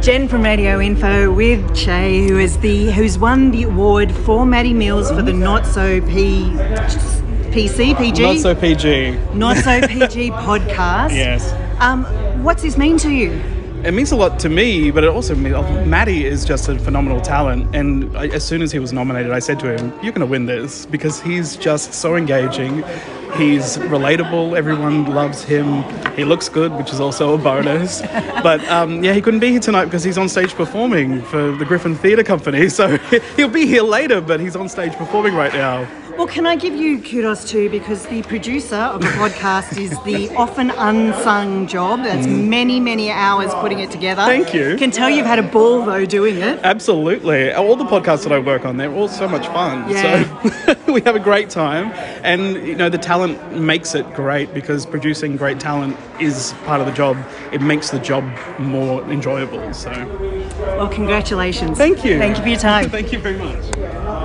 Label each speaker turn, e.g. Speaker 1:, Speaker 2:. Speaker 1: Jen from Radio Info with Che, who is the who's won the award for Maddie Mills for the not so P, PC PG
Speaker 2: Not so PG.
Speaker 1: Not So PG podcast.
Speaker 2: Yes.
Speaker 1: Um, what's this mean to you?
Speaker 2: It means a lot to me, but it also means Maddie is just a phenomenal talent. And I, as soon as he was nominated, I said to him, "You're going to win this because he's just so engaging. He's relatable. Everyone loves him. He looks good, which is also a bonus. but um, yeah, he couldn't be here tonight because he's on stage performing for the Griffin Theatre Company. So he'll be here later, but he's on stage performing right now.
Speaker 1: Well, can I give you kudos too? Because the producer of the podcast is the often unsung job. That's many, many hours putting it together.
Speaker 2: Mm. Thank you.
Speaker 1: Can tell you've had a ball though doing it.
Speaker 2: Absolutely. All the podcasts that I work on, they're all so much fun.
Speaker 1: Yeah.
Speaker 2: So we have a great time. And, you know, the talent makes it great because producing great talent is part of the job. It makes the job more enjoyable. So
Speaker 1: Well, congratulations.
Speaker 2: thank you.
Speaker 1: Thank you for your time.
Speaker 2: Thank you very much.